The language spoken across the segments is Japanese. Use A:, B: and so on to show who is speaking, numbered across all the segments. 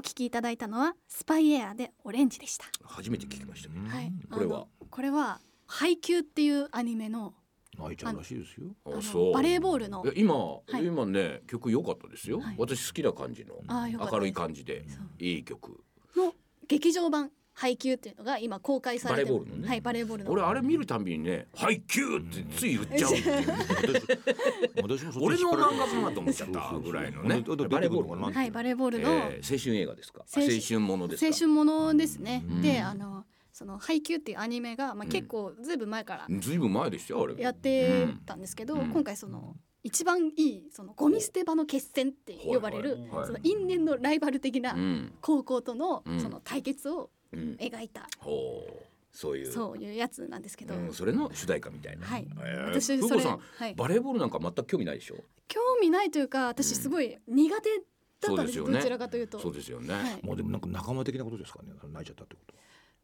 A: 聞きいただいたのはスパイエアでオレンジでした。
B: 初めて聞きましたね。
A: はい、
B: これは
A: あのこれはハイキューっていうアニメの
C: 泣いちゃうらしいですよ。
A: あの
B: あ、そう。
A: バレーボールの
B: いや今、
A: い
B: 今ね曲良かったですよ、
A: はい
B: 私好きな感じの
A: あーよかった
B: 明るい感じで
A: そう
B: いい曲
A: の劇場版ハイキューっていうのが今公開されて
B: バレーボールのね
A: はいバレーボールの
B: 俺あれ見るたんびにね「ハイキュー!」ってつい言っちゃうっていう
C: 私もそっち
B: 俺
C: に引
B: の
C: っ張ら
B: 漫
C: れ
B: 画
C: て
B: かなと思っちゃったぐらいのね
C: そうそうそう
B: バレーボールかな
C: バレーボールかな、
A: はいバレーボールの
B: えー青春映画ですか青
A: 青春
B: 春ものですか
A: 青春ものですね。
B: うん
A: であのそのハイキューっていうアニメがまあ
B: ん
A: 結構ずいぶん前から
B: ずいぶん前でしたよあれ
A: やってたんですけど、
B: うん
A: 今回その一番いいそのゴミ捨て場の決戦って呼ばれる、
B: はいはい
A: その因縁のライバル的な
B: うん
A: 高校との
B: うん
A: その対決を
B: うん
A: 描いた、
B: ほうそういう
A: そういうやつなんですけど、
B: うん、それの主題歌みたいな、
A: はい
B: えー
A: 私
B: ふ
A: そ
B: うこ
A: れ、
B: さん
A: はい、
B: バレーボールなんか全く興味ないでしょ
A: 興味ないというか私すごい苦手だったんです,、
B: そうですよね
A: どちらかというと
B: そうですよね、
A: はい
C: もうでもなんか仲間的なことですかね。その泣いちゃったってこと。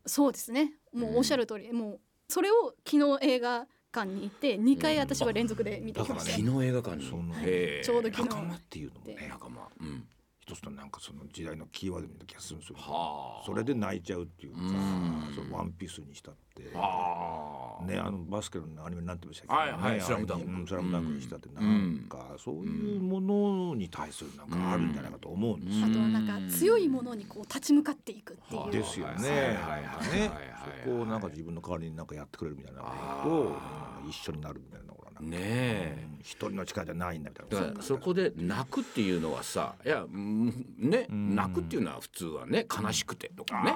A: そうですねもうおっしゃる通り、もうそれを昨日映画館に行って2回私は連続で見てきました、
C: う
B: 昨日映画館に
C: その
B: へー
A: ちょうど昨日
C: 仲間っていうのもね、
B: 仲間、うん、
C: 一つのなんかその時代のキーワードみたいな気がするんですよ。
B: はあ
C: それで泣いちゃうっていうか
B: うん、
C: そのワンピースにしたって。
B: ああ、
C: ね、あのバスケのアニメになってましたけ
B: はいはい
C: ね
B: スラムダンク
C: あれにうんスラムダンクにしたってな
B: うん
C: んか、そういうものに対するなんかあるんじゃないかと思うんですよ
A: あとはなんか強いものにこう立ち向かっていくっていう、
B: うん
C: ですよね。
B: はいはい
C: なんか
B: はいはい
C: ね
B: はいはい、
C: そこをなんか自分の代わりになんかやってくれるみたいな
B: あー
C: ことをうん一緒になるみたいなのがなんか、
B: ね
C: う
B: え
C: ん一人の力じゃないんだみたい
B: だ
C: な。
B: からそこで泣くっていうのはさいやうんね
C: ん
B: 泣くっていうのは普通はね悲しくてとかね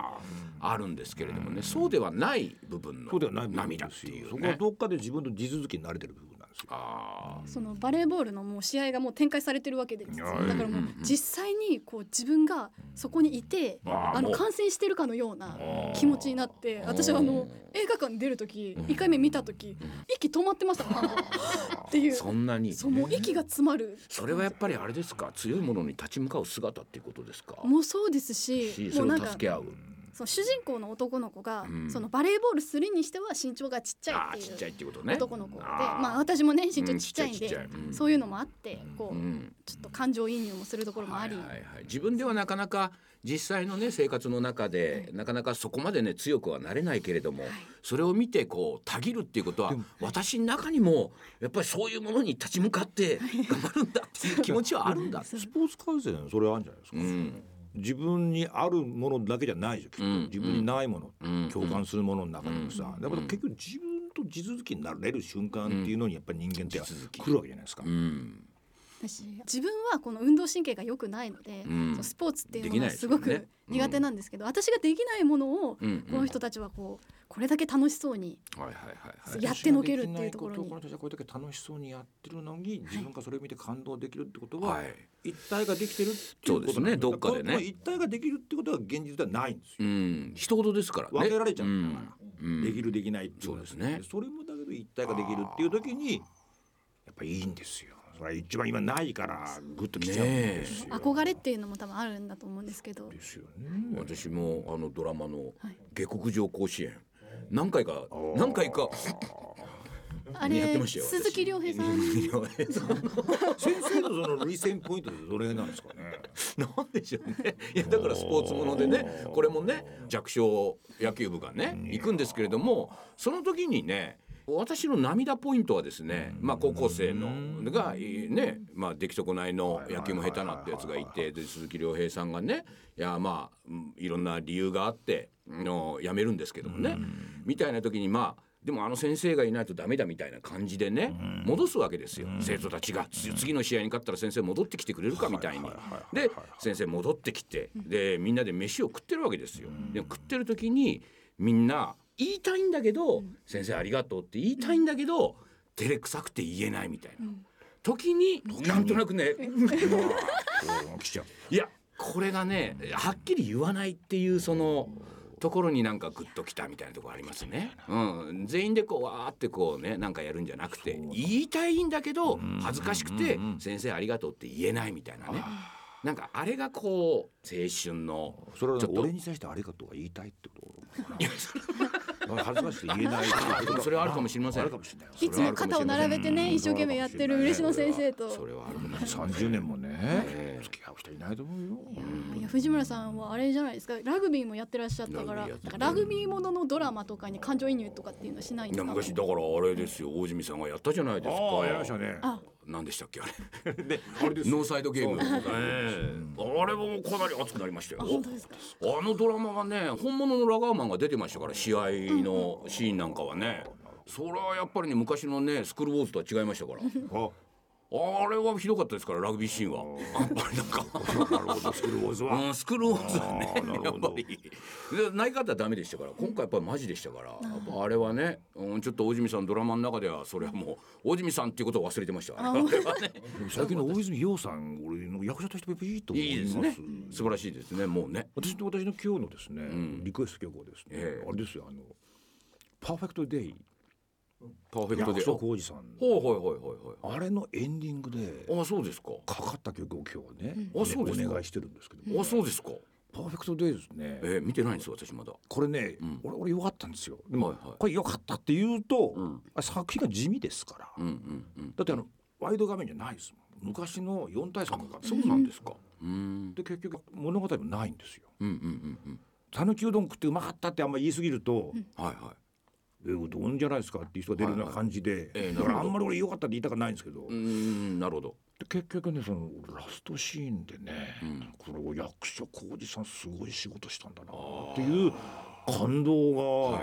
B: あるんですけれどもねそうではない部分
C: そうではな
B: の
C: い部分です
B: 涙
C: よ
B: っていう
C: そこは
B: ね
C: どっかで自分と地続きになれてる部分なんですよ。
B: あ
A: そのバレーボールのもう試合がもう展開されてるわけですよ
C: うん
A: だからもう実際にこう自分がそこにいて
B: あー
A: あの
B: もう
A: 観戦してるかのような気持ちになって私はあの映画館に出る時1回目見た時息止まってました からってい
B: あ
A: う
B: そんなに
A: そうもう息が詰まる
B: それはやっぱりあれですか強いものに立ち向かう姿っていうことですか
A: もうそうですし
B: し
A: も
B: そうれ
A: な
B: を
A: んか
B: 助け合う
A: その主人公の男の子が
B: うん
A: そのバレーボールするにしては身長がちっち
B: あ
A: ゃ
B: あ
A: い
B: ちっ
A: っ
B: ち
A: て
B: ゃ
A: い
B: いうってことね
A: 男の子で
B: あー
A: まあ私もね身
B: う
A: 長
B: ん
A: ちっちゃいん
B: ちっちゃい
A: で
B: ちっちゃいうん
A: そういうのもあってこ
B: う
A: うんちょっと感情移入もするところもあり、
B: はいはいはい自分ではなかなか実際のね生活の中で、なかなかそこまでね強くはなれないけれども、それを見てこうたぎるっていうことは私の中にもやっぱりそういうものに立ち向かって頑張るんだって いう気持ちはあるん だ。
C: スポーツ観戦それあるんじゃないですか。
B: うん
C: 自分にあるものだけじゃないじゃんきっと、
B: うん
C: 自分にないもの、
B: うん
C: 共感するものの中にもさ、だから結局自分と地続きになれる瞬間っていうのにやっぱり人間って来るわけじゃないですか、
B: うん
A: 私自分はこの運動神経が良くないので、
B: うん
A: そのスポーツっていう
B: でき
A: の
B: ない
A: が
B: ですすよ
A: ご
B: ね
A: く苦手なんですけど私ができないものをこ
B: うんうん
A: の人たちはこうこれだけ楽しそうに
B: はいはいはいはい。
A: やってのけるっていうところに
C: 私ができないことをこの人たちはこれだけ楽しそうにやってるのに自分がそれを見て感動できるってことは、
B: はい
C: 一体ができてるってい
B: そう
C: うことなんよ
B: ですねどっかでね
C: だらこの一体ができるってことは現実ではないんですよ
B: うん一言ですからね。
C: 分けられちゃう
B: うん
C: だか
B: ん
C: ら、
B: うん
C: できるできないっていうのは
B: そうですね
C: それもだけど一体ができるっていう時にやっぱいいんですよそれは一番今ないからグッときちゃうんですよ、
A: 憧れっていうのも多分あるんだと思うんですけど
C: ですよね
B: 私もあのドラマの
A: はい
B: 下克上甲子園何回か何回か
A: あ
B: やって
A: れ
B: ましたよ。
A: 鈴木亮平さん
B: 鈴木亮平さん
C: 先生のその涙腺ポイントってどれなんですかね
B: なんでしょうね。いやだからスポーツものでね、これもね弱小野球部がね行くんですけれども、その時にね。私の涙ポイントはですね、まあ高校生のがいいね、まあ出来損ないの野球も下手なってやつがいて、で鈴木亮平さんがね、いやまあうんいろんな理由があっての辞めるんですけどもね、みたいな時にまあでもあの先生がいないとダメだみたいな感じでね戻すわけですよ生徒たちがつ次の試合に勝ったら先生戻ってきてくれるかみたいにで先生戻ってきてでみんなで飯を食ってるわけですよで食ってる時にみんな言いたいんだけど先生ありがとうって言いたいんだけど照れくさくて言えないみたいな時になんとな くね
C: きちゃう
B: いやこれがねはっきり言わないっていうそのところになんかグッときたみたいなところありますね。うん、全員でこうわーってこうねなんかやるんじゃなくて言いたいんだけど恥ずかしくて「先生ありがとう」って言えないみたいなね。なんかあれがこう青春の
C: それはね
B: ちょっと
C: 俺に対してありがとうが言いたいってことかな恥ずかしくて言えない
B: あ でもそれはあるかもしれません
C: あるかもしれない
A: いつも肩を並べてね一生懸命やってる嬉野先生
B: そ
A: と
B: れはあるかもしれない
C: 30年もねえ付き合う人いないと思うよ。
A: いや藤村さんはあれじゃないですかラグビーもやってらっしゃったから
B: ラグビーやって
A: なん
B: た
A: かラグビーもののドラマとかに感情移入とかっていうのはしないん
B: い
A: で
B: や
A: すか
B: 昔だからあれですよ大泉さんがやったじゃないですか。
C: ね
A: あ
B: 何 でしたっけあれ。
C: で、あれですよ
B: ノーサイドゲーム。ええあれはもうかなり熱くなりましたよ
A: あ。本当ですか
B: あのドラマがね本物のラガーマンが出てましたから試合のシーンなんかはねそれはやっぱりね昔のねスクールウォーズとは違いましたから
C: あ、
B: あれはひどかったですからラグビーシーンはやっぱりなんか、
C: なるほど、スクールウォーズ
B: う
C: は。
B: ん、スクールウォーズはね
C: あーなる
B: や
C: ほ
B: っ
C: ど
B: ぱりでない方はダメでしたから今回やっぱりマジでしたからやっぱあれはね、うん、ちょっと大泉さんのドラマの中ではそれはもう大泉さんっていうことを忘れてましたあれはね
C: 最近の大泉洋さん、俺の役者としていいと思
B: いい
C: い
B: です
C: ま
B: ね
C: す。
B: 素晴らしいですねもうね
C: 私と私の今日のですね、リクエスト曲はです
B: え
C: ね
B: え、
C: あれですよ、あの。パーフェクトデイ、
B: パーフェクト
C: 役
B: で
C: 所広司さん。
B: ほうほいほいほいほい
C: あれのエンディングで。
B: あそうですか
C: かかった曲を今日はね、
B: うんあそうです
C: お
B: か
C: 願いしてるんですけども、
B: あそうですか
C: パーフェクトデイですね
B: えー見てないんですよ私まだ
C: これね、
B: ん
C: 俺俺良かったんですよでも、
B: はいはい
C: これ良かったって言うと、
B: ん
C: あ作品が地味ですから、
B: うんうんうん
C: だってあのワイド画面じゃないですもん昔の4対3とか
B: そうなんですかうん
C: で結局物語もないんですよ
B: うんうんうんうん
C: 讃岐うどん食ってうまかったってあんま言い過ぎると、
B: はいは
C: えうどんじゃないですかっていう人が出るような感じで、
B: ええなるほ
C: だか
B: ど
C: らあんまり俺良かったって言いたくないんですけど、
B: いう
C: で
B: んなるほど
C: 結局ねそのラストシーンでね、
B: ん
C: これを役所広司さんすごい仕事したんだなっていう感動が、
B: はいはいはいはい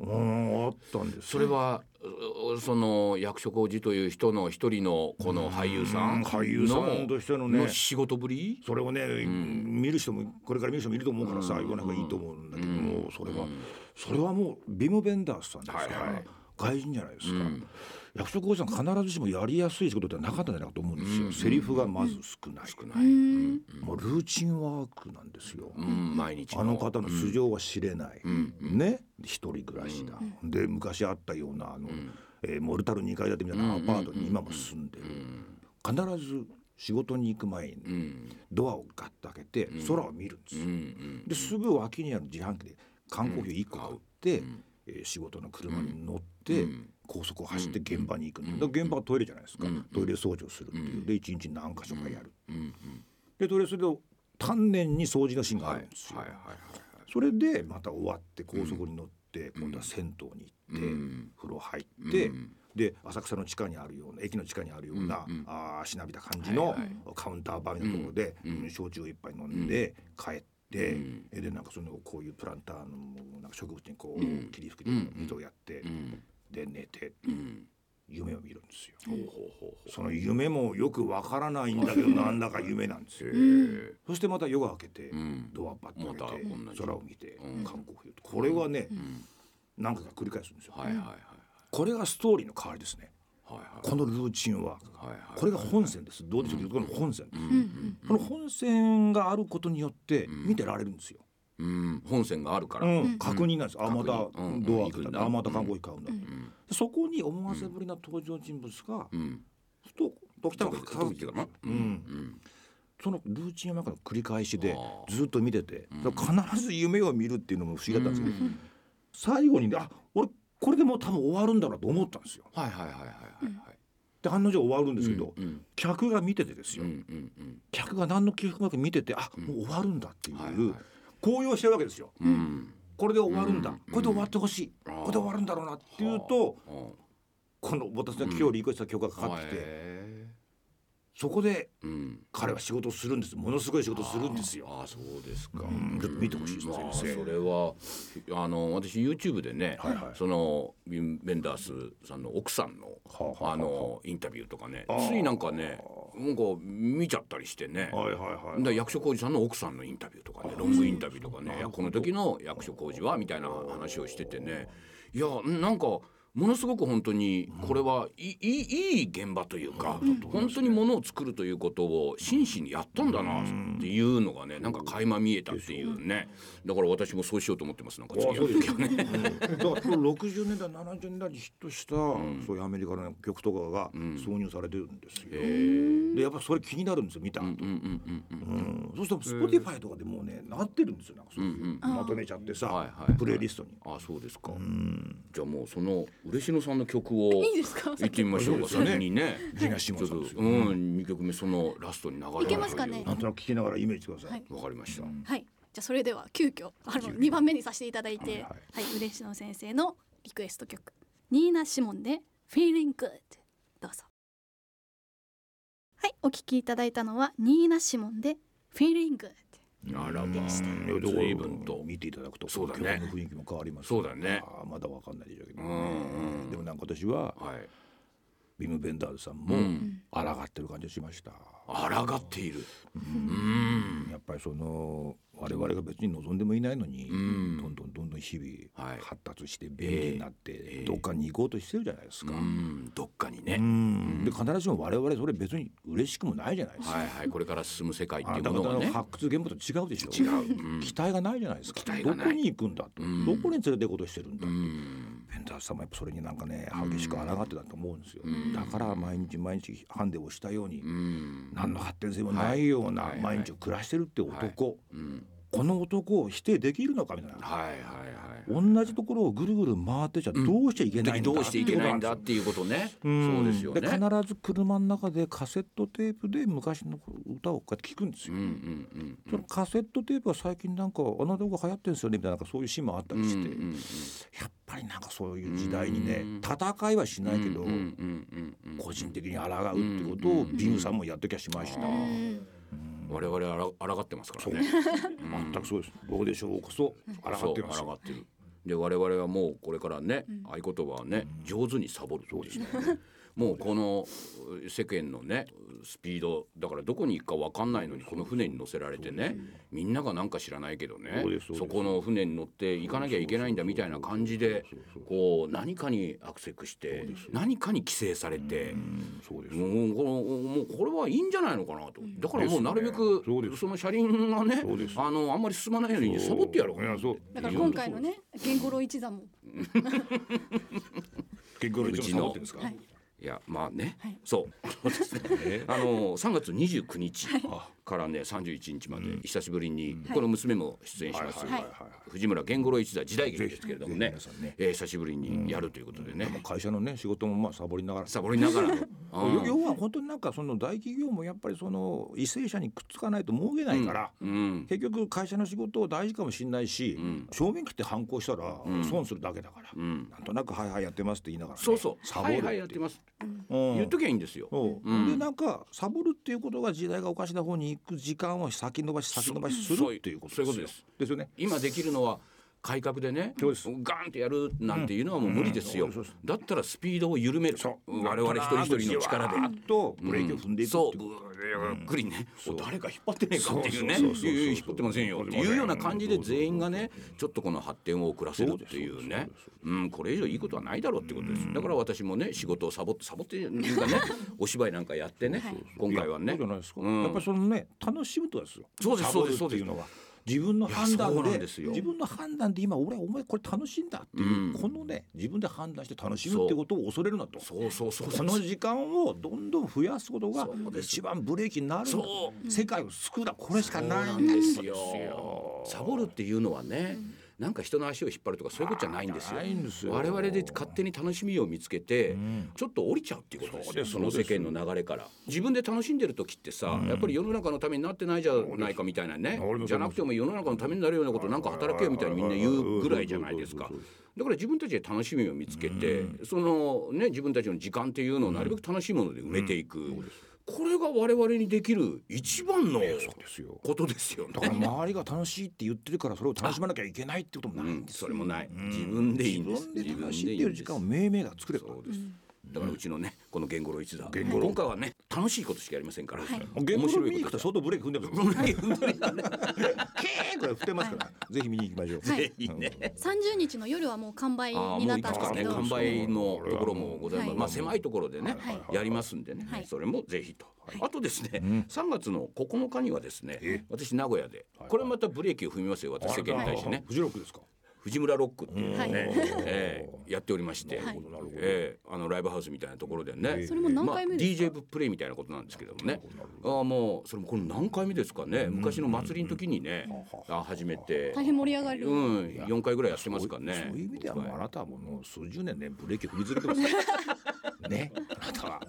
C: うんあったんです
B: そ
C: よ
B: れはうその役所広司という人の一人のこの俳優さ
C: うん
B: ん
C: 俳優さんとしてのね
B: 仕事ぶり
C: それをね、見る人もこれから見る人もいると思うからさ、言わなきゃいいと思うんだけども、それは、それはもうビム・ベンダースさんですから、
B: はいはい
C: 外人じゃないですか、役所広司さん必ずしもやりやすい仕事ではなかったんじゃないかと思うんですよ、セリフがまず少ない、
A: うん
C: もうルーチンワークなんですよ、
B: うん毎日
C: あの方の素性は知れない、ね一人暮らしだ、で昔あったようなあの、えーモルタル2階建てみたいなアパートに今も住んでる、必ず仕事に行く前に
B: うん
C: ドアをガッと開けて空を見るんですよ、
B: うんうん
C: ですぐ脇にある自販機で缶コーヒー1個買って、えー仕事の車に乗って、高速を走って現場に行くのだから現場はトイレじゃないですか、トイレ掃除をするっていうで1日何箇所かやる、
B: うん
C: でトイレすると丹念に掃除のシーンがあるんですよ、
B: はいはいはい
C: それでまた終わって高速に乗って、今度は銭湯に行って、
B: うん
C: 風呂入って、
B: うん
C: で浅草の地下にあるような駅の地下にあるような、あーしなびた感じの
B: はいはい
C: カウンターバーみたいなところで、うん焼酎を一杯飲んで帰って、
B: うん
C: えでなんかそのこういうプランターのなんか植物にこう、
B: うん
C: 霧吹きで水をやって、
B: うん
C: で寝て
B: うん
C: 夢を見るんですよ。
B: ほうほうほう
C: その夢もよくわからないんだけどなんだか夢なんですよ。
B: え
C: そしてまた夜が明けて、
B: ん
C: ドアバッと開け
B: また同
C: て
B: じ
C: 空を見て、
B: うん
C: 観光をるこれはね、
B: ん
C: 何回か繰り返すんですよ。
B: はいはいはい
C: これがストーリーの代わりですね。
B: はいはい
C: このルーチンワークが
B: はいはい
C: これが本線です。どうでしょう。この本線です。
A: うん
C: この本線があることによって見てられるんですよ。
B: うん本線があるから、
C: うん、確認なんです。あ、またド
B: 確認うん
C: ア開けたね。
B: うん
C: あ、また看護師買うんだ。でそこに思わせぶりな登場人物が
B: うん
C: ふと時たま
B: 時々時々かな
C: う。
B: うん
C: そのルーチンの中の繰り返しで
B: あ
C: ずっと見てて、必ず夢を見るっていうのも不思議だったんですけど、最後にね、あ、俺これでもう多分終わるんだなと思ったんですよ。
B: はいはいはいはいはいはい
C: で、案の定終わるんですけど
B: う、ん
C: 客が見ててで
B: う
C: す
B: ん
C: よ。
B: うんうん
C: 客が何の起伏もなく見ててあもう終わるんだっていう、
B: はいはい
C: 高揚してるわけですよ
B: うん
C: これで終わるんだ、
B: うん
C: これで終わってほしい、
B: あー
C: これで終わるんだろうなっていうと
B: うん
C: この私の今日リクエストした曲がかかってきて、
B: へ
C: そこで
B: ーうん
C: 彼は仕事をするんですものすごい仕事をするんですよ。
B: ああそうですか、
C: うんちょっと見てほしいです
B: まあ、そ
C: 先生
B: れはあの私 YouTube でね、
C: はいはい
B: そのビン・ベンダースさんの奥さんの
C: はあはあはあ
B: あのインタビューとかね
C: あー
B: ついなんかねなんか見ちゃったりしてね、
C: はいはいは
B: だ
C: い。
B: 役所広司さんの奥さんのインタビューとかねロングインタビューとかねいやこの時の役所広司はみたいな話をしててねいやなんかものすごく本当にこれはいいいいいい現場というか本当にものを作るということを真摯にやったんだなっていうのがねなんか垣間見えたっていうねだから私もそうしようと思ってますなんか次
C: あ
B: や
C: そう
B: る
C: です
B: 時
C: よ
B: はね。
C: ね。うんだから60年代70年代にヒットした、そういうアメリカの曲とかが挿入されてるんですよ。でやっぱそれ気になるんですよ見た後。
B: うんうんうん
C: うん、そうすると Spotify とかでもうね、なってるんですよなんかそういう、まとめちゃってさ、
B: はいはいはい
C: プレイリストに。
B: あそうですかじゃあもうその嬉野さんの曲を
A: いいですか
B: 行ってみましょうか
C: そうですね
B: 先にね
C: 東
B: ちょ
C: 島
B: っ
C: さ
B: と
C: んですよ
B: うん二曲目そのラストに流れる
A: いけますかね
C: なんとなく聞きながらイメージしてくださ
A: はいい。
B: わかりました
A: はいじゃあそれでは急遽あ
C: 急
A: の
C: 遽
A: 二番目にさせていただいて
C: は
A: はいい、嬉野先生のリクエスト曲ニーナシモンで Feeling Good どうぞはいお聞きいただいたのはニーナシモンで Feeling Good
B: あらまあ
C: いやだから
B: 随分と
C: 見ていただくと
B: そうだね
C: 曲の雰囲気も変わります
B: そうだね
C: あーまだわかんないでしょうけ
B: う
C: どね
B: んうん
C: でもなんか私は
B: はい
C: ビム・ベンダールさん
B: う
C: も
B: ん
C: 抗ってる感じがしました
B: 抗っているうん
C: やっぱりその我々が別に望んでもいないのに、
B: ん
C: どんどんどんどん日々
B: はい
C: 発達して便利になって、
B: ええ
C: どっかに行こうとしてるじゃないです
B: う
C: か。
B: んどっかに
C: う
B: ね
C: んで必ずしも我々それ別に嬉しくもないじゃないですか。
B: はいはいこれから進む世界って
C: あ
B: い
C: なた
B: うも
C: 方
B: のが
C: の
B: ね
C: 発掘現場と違うでしょ
B: 違ううん
C: 期待がないじゃないですか
B: 期待
C: ど
B: が
C: こ
B: ない
C: に行くんだと、
B: うん
C: どこに連れて行こうとしてるんだ、
B: うん
C: ベンダーさんもやっぱそれになんかね激しく抗ってたと思うんですよ、
B: ん
C: だから毎日毎日ハンデをしたように、
B: うん
C: 何の発展性もないような
B: はい
C: 毎日を暮らしてるって男、
B: うん
C: この男を否定できるのかみたいな
B: はいはいはい
C: 同じところをぐるぐる回ってちゃどうしちゃいけないんだ、
B: どうしていけないんだっていうことね。そうですよね。
C: で必ず車の中でカセットテープで昔の歌をこうやって聞くんです
B: う
C: よ、
B: んうん
C: そのカセットテープは最近なんかあの動画流行ってるんですよねみたいななんかそういうシーンもあった
B: うん。
C: りして、
B: うんうん
C: やっぱりなんかそういう時代にね、
B: うん
C: 戦いはしないけど、
B: うんうんうんうん
C: 個人的に抗うってことをビムさんもやっときゃしました、
A: うん
B: 我々あら抗ってますから
C: そう
B: ね。うん
C: 全くそうですどうでしょうこそ
B: そ
C: 抗っ
B: う
C: てます
B: 抗ってる。で我々はもうこれからね
A: ん
B: 合言葉はね上手にサボるそうですね。もうこのう世間のねスピードだからどこに行くか分かんないのにこの船に乗せられてねみんながなんか知らないけどね
C: そうですそうです
B: そこの船に乗って行かなきゃいけないんだみたいな感じでこう何かにアクセクして何かに規制されて
C: そうです
B: もうこのもうこれはいいんじゃないのかなとだからもうなるべ
C: ですねそうで
B: く
C: す
B: その車輪がね
C: そうです
B: あのあんまり進まないようにサボってやろうか
C: い
B: な
C: やそう
A: だから今回のね言語郎一座も
C: 結局一番サボってるんですか、
A: はい
B: いやまあね、
A: はい
B: そうそう ですねあの3月29日
C: あ
B: からね31日まで久しぶりに、この娘も出演します、
C: はい
A: はいはい
B: 藤村源五郎一座時代劇
C: ぜ
B: で
C: ひ
B: すけれども
C: ぜひ
B: ね
C: 皆さんね
B: えー久しぶりにやるということでね、
C: 会社のね仕事もまあサボりながら
B: サボりながら、うん
C: 要は本当になんかその大企業もやっぱりその為政者にくっつかないと儲けないから、
B: うん
C: 結局会社の仕事を大事かもしれないし、正面切って反抗したら損するだけだから、
B: うん、
C: なんとなく「はいはいやってます」って言いながらね、
B: そうそう
C: サボる
B: はいはいやってます、
C: うん
B: 言っときゃいいんですよ、
C: そう
B: うん
C: でなんかサボるっていうことが時代がおかしな方に行く時間を先延ばし先延ばしす
B: そう
C: るっていうこと
B: そう
C: ですよ
B: いうことです
C: ですよね
B: 今できるのは改革でねガーンとやるなんていうのはもう無理ですよ、
C: うんうんそうです
B: だったらスピードを緩める我々一人一人の力で
C: なんとなくじわーっとブレーキを踏んでいく
B: そう
C: ってい
B: ぶ
C: う
B: ゆっくりね、お誰か引っ張ってねえかっていうね
C: そうそうそうそう
B: いやいや引っ張ってませんよっていうような感じで全員がねちょっとこの発展を遅らせるっていうねうんこれ以上いいことはないだろうってことですだから私もね仕事をサボってサボっていう かねお芝居なんかやってね今回はい
C: や
B: ね
C: そうじゃないですか、
B: うん
C: やっぱりそのね楽しむとですよ
B: そうです
C: サボる
B: そうです
C: っていうのは自分の判
B: いや
C: 断
B: そうな
C: で
B: んですよ
C: 自分の判断で今俺はお前これ楽しいんだっていう、
B: うん
C: このね自分で判断して楽しむってことを恐れるなと
B: そうそうそう
C: その時間をどんどん増やすことが一番ブレーキになるんだ
B: そ
C: 世界を救うだこれしか
B: そう
C: な
B: ないん
C: んだ
B: ですよサボるっていうのはねなんか人の足を引っ張るとかそういうことじゃないんですよ
C: ないんですよ
B: 我々で勝手に楽しみを見つけて、
C: ん
B: ちょっと降りちゃうっていうことですよ
C: そうです
B: その世間の流れから自分で楽しんでる時ってさ、やっぱり世の中のためになってないじゃないかみたいなね
C: 俺もそうです
B: じゃなくても世の中のためになるようなことなんか働けよみたいにみんな言うぐらいじゃないですかだから自分たちで楽しみを見つけて、そのね自分たちの時間っていうのをなるべく楽しいもので埋めていく、これが我々にできる一番の
C: そうですよ
B: ことですよね
C: だから周りが楽しいって言ってるからそれを楽しまなきゃいけないってことも
B: う
C: ないん
B: ん、
C: です
B: それもない、自分でいいんで
C: 自
B: す
C: 分で楽しい
B: 自分で
C: っ
B: い
C: て
B: い
C: い
B: ん
C: う
B: です
C: 時間を命名が作れば
B: そうです、だからうちのねこの言語郎一座
C: 言語郎
B: 今回はね楽しいことしかやりませんから、
C: ゲー
B: 面
C: ムの
B: 白
C: 見に
B: い
C: 行
B: こ
C: くと
B: と
C: 相当ブレーキ踏んでます
B: だ
C: ケーンこれ振ってますからぜひ見に行きましょう
A: はい
B: いいね
A: 30日の夜はもう完売
B: ああ
A: にな
B: も
A: っ
B: ういく
A: た
B: つ
A: んです
B: か
A: け
B: ね
A: ど
B: 完売のところもございます、
A: はい
B: まあ狭いところでね、
A: はい
B: やりますんでね、
A: はい
B: それもぜひと、
A: い
B: あとですね、3月の9日にはですね私名古屋でこれまたブレーキを踏みますよ私世間に対してね
C: フジロックですか
B: 藤村ロックっていうのをね、
A: はい
B: ええやっておりまして、
A: なる
C: ほどなるほど
B: ええあのライブハウスみたいなところでね、
A: それも何回目ですか
B: DJ ブップレイみたいなことなんですけどもねああもうそれもこれ何回目ですかね、昔の祭りの時にね、あ始めて
A: 大変盛り上がる、
B: うん4回ぐらいやってますから
C: そ
B: ね
C: うそういう意味ではもうあなたはもうもう数十年ねブレーキ踏みずれてますね ねあなたは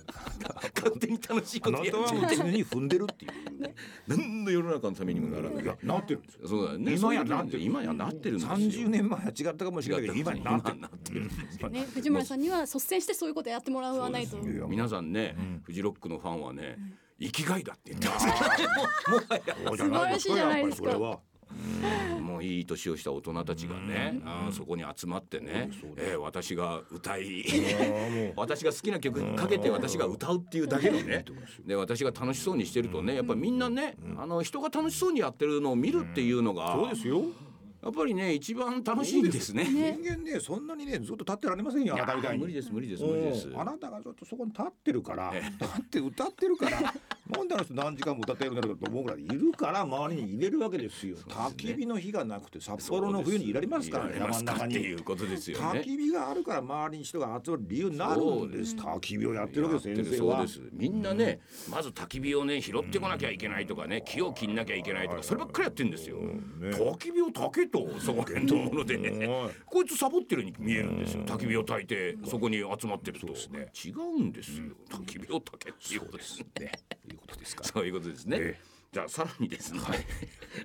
B: 勝手に楽しい
C: あ
B: こと
C: な
B: や
C: た
B: っ
C: は
B: ちゃ
C: もう常に踏んでるっていうね
B: う何の世の中のためにもならない
C: いやなってるんですよ
B: そうだね
C: 今やなって
B: そういうことん
C: る
B: だよ今やなってるんですよ
C: 30年前は違ったかもしれないけど今になってる
B: 今なってる
A: ね、藤村さんには率先してそういうことやってもらわないと
C: そうですよ
B: 皆さんね、フジロックのファンはね、生きがいだって言ってます。
C: 素
A: 晴らしいじゃないですか
C: これは
B: もういい年をした大人たちがね、あーそこに集まってね、えー私が歌い、 私が好きな曲かけて私が歌うっていうだけのね、で私が楽しそうにしてるとね、やっぱみんなね、あの人が楽しそうにやってるのを見るっていうのが、
C: そうですよ
B: やっぱりね一番楽しいんですね。
C: 人間ねそんなにねずっと立ってられませんよあなたみたい
B: 無理
C: に
B: です無理です無理です。
C: うんあなたがずっとそこに立ってるから
B: え
C: だって歌ってるか らなんであの人何時間も歌ってるんだろうと思うぐらいいるから周りに入れるわけですよ焚き火の日がなくて札幌の冬にいられますからね
B: いられま
C: 山の
B: すか
C: 中
B: って
C: に
B: いうことですよ
C: 焚
B: ね。
C: き火があるから周りに人が集まる理由になるんです焚き火をやってるわけです
B: やってる
C: 先生
B: そう
C: は
B: ですみんなね、まず焚き火をね拾ってこなきゃいけないとかね木を切んなきゃいけないとかそればっかりやってんですよ、焚き火を焚けとそこら辺のもので、こいつサボってるように見えるんですよ焚き火を焚いてそこに集まってると、違うんですよ焚き火を焚けっていうことですね
C: ということですか
B: そういうことですね、
C: え
B: じゃあさらにですね、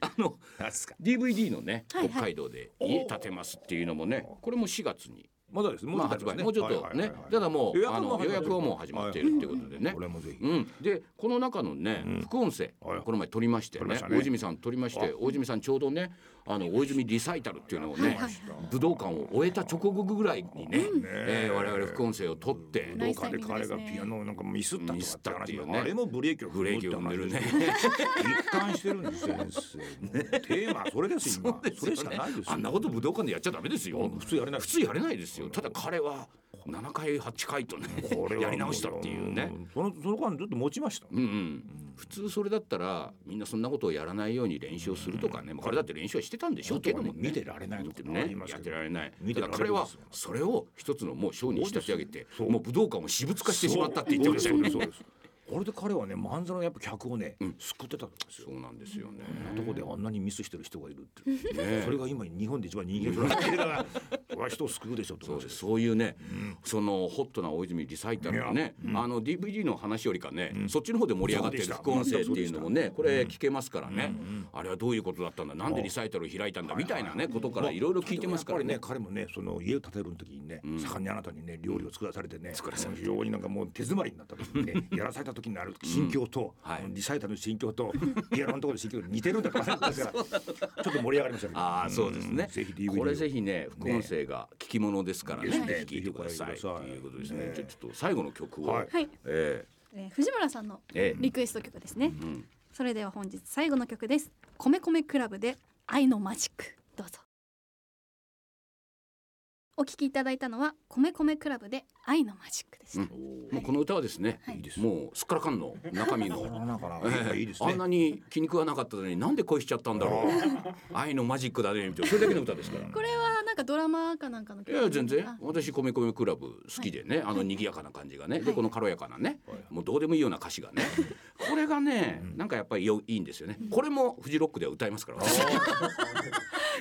B: あの
C: なんすか
B: DVD のね、
A: はいはい
B: 北海道で家建てますっていうのもねこれも4月に
C: まだですね
B: まあ
C: ちょっ
B: 発
C: と
B: 売もうちょっとね、
C: はいはいはいはい
B: ただもう予
C: 予約
B: 約あ
C: も
B: の
C: 始ま
B: 予約はもう始ま
C: ってる
B: っているっていうことでね、
C: これもぜひ
B: うん、でこの中のね副音声、
C: はい
B: この前撮りまして
C: 撮りま
B: ね
C: したね
B: 大泉さん撮りまして大泉さんちょうどねあの大泉リサイタルっていうのを
A: は
B: ね、
A: いはいはい
B: 武道館を終えた直後ぐらいにね、えー我々副音声を撮って
A: ナイ
C: 廊
A: ス
C: 下で彼がピアノをなんかミスったとかって話
B: ミスったっていう
C: も
B: ね
C: あれもブレーキを
B: ブレーキを踏んでるね。
C: 一貫してるんですよ先生もうテーマはそれですよ今それしかないですよ
B: あんなこと武道館でやっちゃダメですよ。
C: 普通やれない
B: 普通やれないですよ。ただ彼は7回8回とね
C: これはもう
B: やり直したっていうね。
C: んそのその間ずっと持ちました
B: うんうん、普通それだったらみんなそんなことをやらないように練習をするとかね、まあ、彼だって練習はしてたんでしょうけども、ね、
C: 見てられないとかねあ
B: ね
C: ります
B: や
C: け
B: っ
C: ど
B: てられない
C: 見て
B: た
C: ら
B: だ
C: れる
B: 彼は
C: ですよ
B: それを一つのもう賞に仕立て上げて
C: そう
B: もう武道館を私物化してしまったって言ってましたよね。
C: そうそうですこれで彼はね漫才のやっぱ客をね救ってたんですよ
B: そうなんですよね。
C: あんなとこであんなにミスしてる人がいるって
B: ね
C: それが今日本で一番人間らしい からそれは人を救うでしょと
B: そ
C: 思
B: う
C: って
B: ですそういうね、そのホットな大泉リサイタルのね、あの DVD の話よりかね、そっちの方で盛り上がってる
C: そうでした
B: 副音声っていうのもねこれ聞けますからね、あれはどういうことだったんだなんでリサイタルを開いたんだみたいなねことからいろいろ聞いてますから
C: や
B: ね
C: っ。ぱりね彼もねその家を建てる時にね、盛んにあなたにね料理を作らされてね、非常になんかもう手詰まりになった時 にねやらされた時になる心境と、
B: はい
C: リサイタルの心境とピアノのところの心境が似てるんだとかですから ちょっと盛り上がりましたけど
B: ああそうですね
C: んぜひ DVD を
B: これぜひね副音声が聞き物ですからね
C: いいですね
B: ぜひ聞いてください
C: ぜ
B: っ
C: ひ
B: て
C: ご覧ください
B: いうことですねじゃあちょっと最後の曲を、
C: はい
A: はい、
B: え
A: えー藤村さんの
B: ええ
A: リクエスト曲ですね、それでは本日最後の曲です米米クラブで愛のマジックどうぞお聞きいただいたのは米米クラブで愛のマジックでした、
B: うんもうこの歌はですね、
A: はいいい
B: もうすっからかんの中身
C: これ
B: の
C: はなんかな
B: ええ
C: いいです
B: あ
C: ね
B: んなに気に食わなかったのになんで恋しちゃったんだろう愛のマジックだねみたいなそれだけの歌ですから。
A: これはなんかドラマかなんかの曲
B: いや全然
A: あ
B: 私米米クラブ好きでね、あの賑やかな感じがね、でこの軽やかなね、もうどうでもいいような歌詞がねこれがね、なんかやっぱりよいいんですよね、これもフジロックでは歌いますから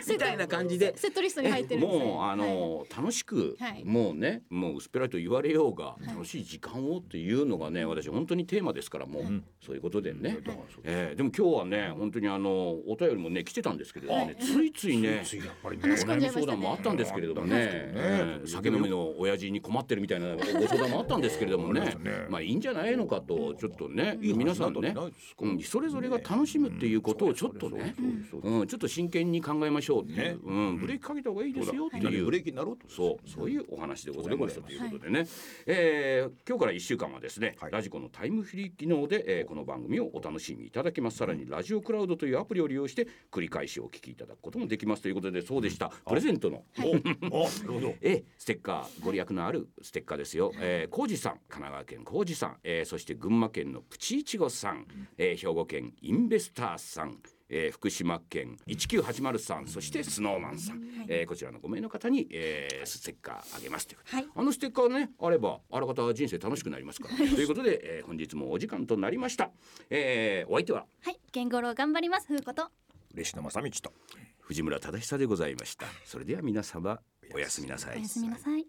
B: 私みたいな感じで
A: セットリストに入ってるんですね
B: もうあ
A: はい
B: の、楽しく、
A: はい
B: もうねもう薄っぺらいと言われようが、楽しい時間をっていうのがね私本当にテーマですからもう、そういうことでね、えーでも今日はね本当にあのお便りもね来てたんですけれどもねついついね
C: ついやっぱり
B: お
C: ね
A: 話し込ん
B: 悩
A: じゃいました
B: み相
A: ね
B: 談もあったんですけれどもね
C: あったんですけどね
B: えー酒飲みの親父に困ってるみたいなご相談もあったんですけれどもね
C: ありましたね
B: まあいいんじゃないのかとちょっとね皆さんね
C: なんですか
B: うんそれぞれが楽しむっていうことをちょっとねうんちょっと真剣に考えましょうってい
C: ね
B: ううんブレーキかけた方がいいですよって
C: みんなで
B: い
C: ブレ
B: う
C: ー。キになろうと
B: そうそういうお話でございましたということでね、えー今日から1週間はですね、
C: はい
B: ラジコのタイムフリー機能で、えーこの番組をお楽しみいただけますさらにラジオクラウドというアプリを利用して繰り返しお聞きいただくこともできますということでそうでしたプレゼントの、
C: おなるほど
B: えーステッカーご利益のあるステッカーですよ、えー、浩二さん神奈川県浩二さん、えーそして群馬県のプチいちごさん、えー兵庫県インベスターさんえー福島県19803そしてスノーマンさん、えーこちらの5名の方に、えーステッカーあげますということで、
A: はい
B: あのステッカーねあればあらかた人生楽しくなりますからということで、えー本日もお時間となりました、えーお相手は
D: はい、ゲンゴロウ頑張ります。ふうこと。
C: 嬉野正道と
B: 藤村忠久でございましたそれでは皆様おやすみなさ
D: お
B: い
D: やすみなさい。